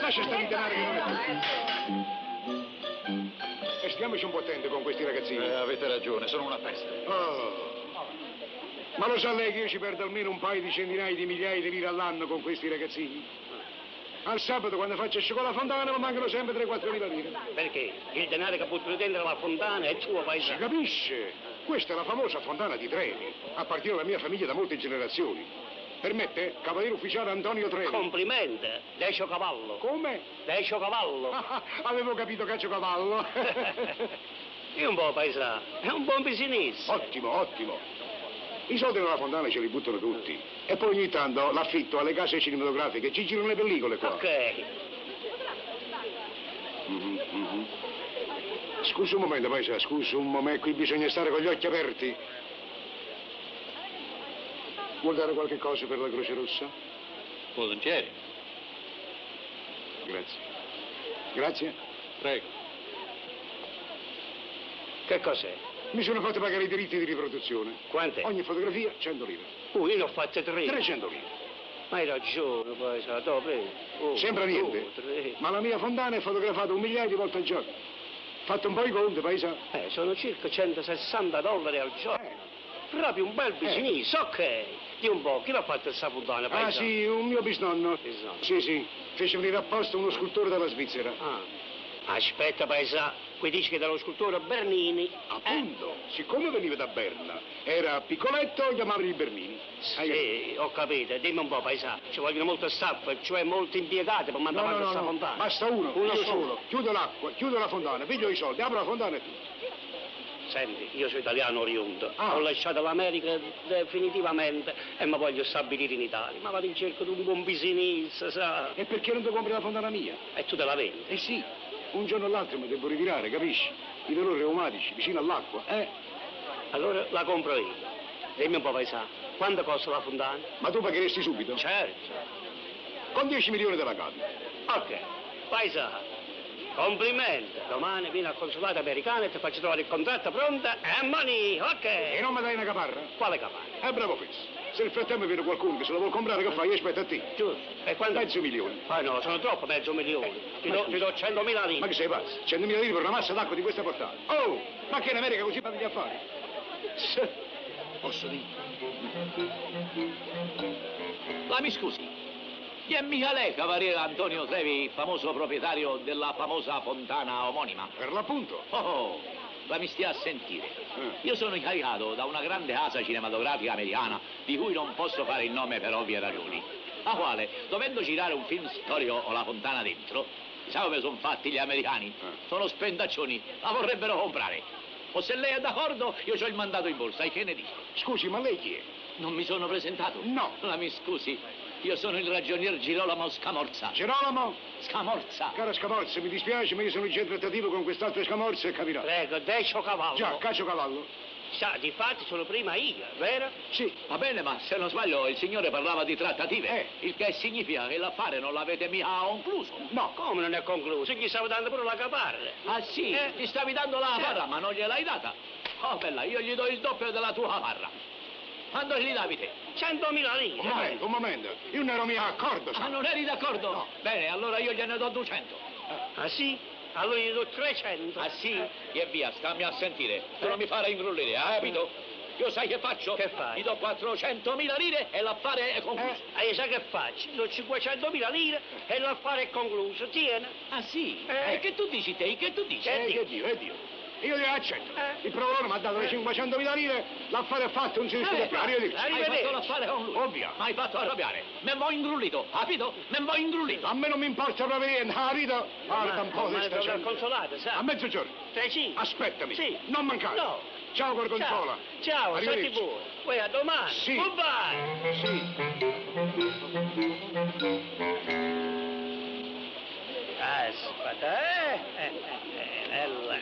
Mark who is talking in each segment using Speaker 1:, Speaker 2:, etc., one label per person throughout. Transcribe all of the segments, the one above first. Speaker 1: lascia stare i denari che non è tuo. E stiamoci un po' attenti con questi ragazzini.
Speaker 2: Eh, avete ragione, sono una peste.
Speaker 1: Oh. Ma lo sa lei che io ci perdo almeno un paio di centinaia di migliaia di lire all'anno con questi ragazzini? Al sabato, quando faccio il cioccolato fontana, mi mancano sempre 3-4 mila lire.
Speaker 3: Perché il denaro che buttano dentro la fontana è tuo
Speaker 1: Si
Speaker 3: paese.
Speaker 1: capisce? Questa è la famosa fontana di Trevi. Appartiene alla mia famiglia da molte generazioni. Permette, cavaliere ufficiale Antonio Trevi.
Speaker 3: Complimenti, Decio Cavallo.
Speaker 1: Come?
Speaker 3: Decio Cavallo.
Speaker 1: Ah, avevo capito caccio cavallo.
Speaker 3: Io un po' paesà, è un buon business.
Speaker 1: ottimo, ottimo. I soldi nella fontana ce li buttano tutti. E poi ogni tanto l'affitto alle case cinematografiche ci girano le pellicole qua.
Speaker 3: Ok,
Speaker 1: Mhm, mhm. Scusa un momento, paesa, scusa un momento, qui bisogna stare con gli occhi aperti. Vuol dare qualche cosa per la Croce Rossa?
Speaker 2: Volentieri.
Speaker 1: Grazie. Grazie.
Speaker 2: Prego.
Speaker 3: che cos'è?
Speaker 1: Mi sono fatto pagare i diritti di riproduzione.
Speaker 3: Quante?
Speaker 1: Ogni fotografia 100 lire.
Speaker 3: Oh, io ne ho fatte tre.
Speaker 1: 300 lire.
Speaker 3: Ma hai ragione, paesà, dove? Oh,
Speaker 1: Sembra
Speaker 3: oh,
Speaker 1: niente.
Speaker 3: tre.
Speaker 1: Ma la mia fontana è fotografata un migliaio di volte al giorno. Fatto un po' i conti, paesa.
Speaker 3: Eh, sono circa 160 dollari al giorno.
Speaker 1: Eh,
Speaker 3: Proprio un bel business, ok. Di un po', chi l'ha fatto il saputano, paesà?
Speaker 1: Ah sì, un mio bisnonno.
Speaker 3: Bisnonno.
Speaker 1: Sì, sì. Fece venire apposta uno scultore dalla Svizzera.
Speaker 3: Ah. Aspetta, paesà, qui dice che dallo scultore Bernini.
Speaker 1: Appunto, siccome veniva da Berna, era piccoletto, chiamavano il Bernini.
Speaker 3: Eh,
Speaker 1: Hai capito?
Speaker 3: sì, ho capito, dimmi un po', paesà, ci vogliono molto staff, cioè molti impiegati per
Speaker 1: No,
Speaker 3: mandare
Speaker 1: no,
Speaker 3: avanti
Speaker 1: no,
Speaker 3: questa
Speaker 1: no,
Speaker 3: fontana.
Speaker 1: basta uno,
Speaker 3: Uno
Speaker 1: io
Speaker 3: solo.
Speaker 1: solo. Chiudo l'acqua, chiudo la fontana, piglio i soldi, apro la fontana e tutto.
Speaker 3: Senti, io sono italiano oriundo,
Speaker 1: Ah.
Speaker 3: ho lasciato l'America definitivamente e mi voglio stabilire in Italia, ma vado in cerca di un buon business, sa.
Speaker 1: E perché non ti compri la fontana mia?
Speaker 3: E tu te la vendi?
Speaker 1: Eh sì, un giorno o l'altro mi devo ritirare, capisci? I dolori reumatici, vicino all'acqua, eh?
Speaker 3: Allora la compro io. Dimmi un po', paesà, quanto costa la fontana?
Speaker 1: Ma tu pagheresti subito?
Speaker 3: Certo.
Speaker 1: Con 10 milioni della cambio.
Speaker 3: Ok, paesà, complimenti. Domani vieni al consolato americano e ti faccio trovare il contratto pronto e money,
Speaker 1: E
Speaker 3: ok.
Speaker 1: non mi dai una caparra?
Speaker 3: Quale capanna?
Speaker 1: Eh, bravo questo. Se nel frattempo viene qualcuno che se la vuol comprare, che fai? Io aspetto a te.
Speaker 3: Giusto. E quanto?
Speaker 1: Mezzo milione.
Speaker 3: Ah no, sono troppo, mezzo milione. Ti do, ti do 100.000 lire.
Speaker 1: Eh, Ma che sei pazzo? 100.000 lire per una massa d'acqua di questa portata. Oh, ma che in America così fanno gli affari? Sì, Posso dire?
Speaker 4: Ma mi scusi, chi è mica lei, cavaliere Antonio Trevi, famoso proprietario della famosa fontana omonima?
Speaker 1: Per l'appunto.
Speaker 4: Oh, oh, la mi stia a sentire.
Speaker 1: Eh.
Speaker 4: Io sono incaricato da una grande casa cinematografica americana, di cui non posso fare il nome per ovvie ragioni, la quale, dovendo girare un film storico con la fontana dentro, sa come sono fatti gli americani?
Speaker 1: Eh.
Speaker 4: Sono spendaccioni, la vorrebbero comprare. O se lei è d'accordo, io ci ho il mandato in borsa, e che ne dice?
Speaker 1: Scusi, ma lei chi è?
Speaker 4: Non mi sono presentato?
Speaker 1: No.
Speaker 4: La mi scusi, io sono il ragionier Girolamo Scamorza.
Speaker 1: Gerolamo?
Speaker 4: Scamorza!
Speaker 1: Caro Scamorza, mi dispiace, ma io sono già in trattativo con quest'altro Scamorza e capirà.
Speaker 3: Prego, decio cavallo.
Speaker 1: Già, cacio cavallo.
Speaker 3: Sa, di fatti sono prima io, vero?
Speaker 1: Sì.
Speaker 4: Va bene, ma se non sbaglio, il signore parlava di trattative.
Speaker 1: Eh.
Speaker 4: Il che significa che l'affare non l'avete mica concluso.
Speaker 3: No. Come non è concluso? Gli stavo dando pure la caparra.
Speaker 4: Ah sì?
Speaker 3: Eh.
Speaker 4: Ti stavi dando la
Speaker 3: Eh.
Speaker 4: parra, ma non gliel'hai data. Oh, bella, io gli do il doppio della tua parra. Quando gli davi te?
Speaker 3: 100.000 lire.
Speaker 1: Un momento, un momento. Io non ero mica d'accordo,
Speaker 4: Ah,
Speaker 1: sa.
Speaker 4: non eri d'accordo?
Speaker 1: No.
Speaker 4: Bene, allora io gliene do 200.
Speaker 3: Ah sì? Allora gli do 300.
Speaker 4: Ah sì? E via, stammi a sentire. Tu non mi fare ingrullire, hai capito? Io sai che faccio?
Speaker 3: Che fai?
Speaker 4: Ti
Speaker 3: Eh.
Speaker 4: do 400.000 lire e l'affare è concluso.
Speaker 3: E sa che faccio? Do 500.000 lire e l'affare è concluso. Tiene.
Speaker 4: Ah sì?
Speaker 3: Eh.
Speaker 4: E che tu dici te? Che tu dici?
Speaker 3: Eh.
Speaker 1: Eh, che Dio, eh Dio. Io glielo accetto.
Speaker 3: Eh.
Speaker 1: Il provolone mi ha dato le 500.000 lire, l'affare è fatto, non si discute più. Arrivederci.
Speaker 3: eh.
Speaker 4: Hai
Speaker 3: Arrivederci.
Speaker 4: fatto l'affare con lui.
Speaker 1: Ovvio.
Speaker 4: Ma hai fatto arrabbiare. Me m'ho ingrullito, capito? Me m'ho ingrullito.
Speaker 1: A me non mi importa proprio niente, arrivo. Guarda un po' di sta
Speaker 3: al
Speaker 1: gente.
Speaker 3: consolato,
Speaker 1: A
Speaker 3: sa?
Speaker 1: mezzogiorno.
Speaker 3: Tre sì.
Speaker 1: Aspettami.
Speaker 3: Sì.
Speaker 1: Non mancare.
Speaker 3: No.
Speaker 1: Ciao, Gorgonzola.
Speaker 3: Ciao, ciao, senti
Speaker 1: Arrivederci.
Speaker 3: voi. Poi a domani.
Speaker 1: Sì.
Speaker 3: Goodbye.
Speaker 1: Sì.
Speaker 3: Aspetta, eh? Eh, eh, Bella,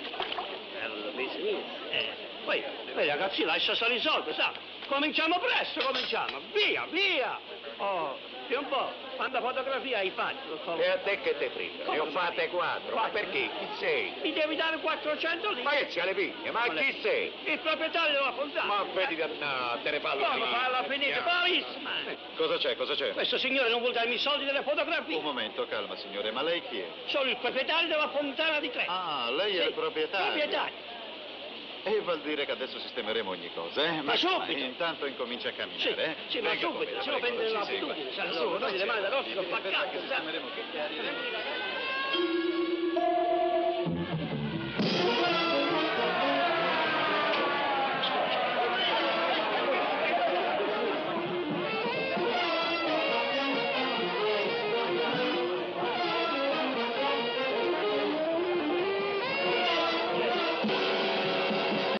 Speaker 3: bella business. Eh. Poi, poi ragazzi, lascia stare i soldi, sa? Cominciamo presto, cominciamo. Via, via. Oh, più un po'. Quanta fotografia hai fatto? Col...
Speaker 4: E a
Speaker 1: Eh.
Speaker 4: te che te frega? Ne ho fatte quattro. Ma perché? Chi sei?
Speaker 3: Mi devi dare 400 lire.
Speaker 4: Ma che c'ha le piglie? Ma chi sei?
Speaker 3: Il proprietario della fontana. Eh,
Speaker 4: Ma vedi da... No, te ne parlo
Speaker 3: Come
Speaker 4: finire.
Speaker 3: farla finita? Bravissima.
Speaker 1: Eh.
Speaker 4: Cosa c'è? Cosa c'è?
Speaker 3: Questo signore non vuol darmi i soldi delle fotografie.
Speaker 4: Un momento, calma signore, ma lei chi è?
Speaker 3: Sono il proprietario della fontana di Trento.
Speaker 4: Ah, lei è
Speaker 3: Sì,
Speaker 4: il proprietario.
Speaker 3: Proprietario.
Speaker 4: E vuol dire che adesso sistemeremo ogni cosa, eh?
Speaker 3: Ma subito.
Speaker 4: Intanto incomincia a camminare,
Speaker 3: Sì,
Speaker 4: eh?
Speaker 3: sì, ma
Speaker 4: Venga con
Speaker 3: subito,
Speaker 4: me,
Speaker 3: se no
Speaker 4: prego,
Speaker 3: prende
Speaker 4: ci
Speaker 3: l'abitudine,
Speaker 4: segua. Su,
Speaker 3: sa, cioè, no, noi
Speaker 4: ci
Speaker 3: le mani
Speaker 4: segua.
Speaker 3: da rosso,
Speaker 4: Sì,
Speaker 3: fa
Speaker 4: perché
Speaker 3: cacca, sa.
Speaker 4: sistemeremo che- che arriveremo.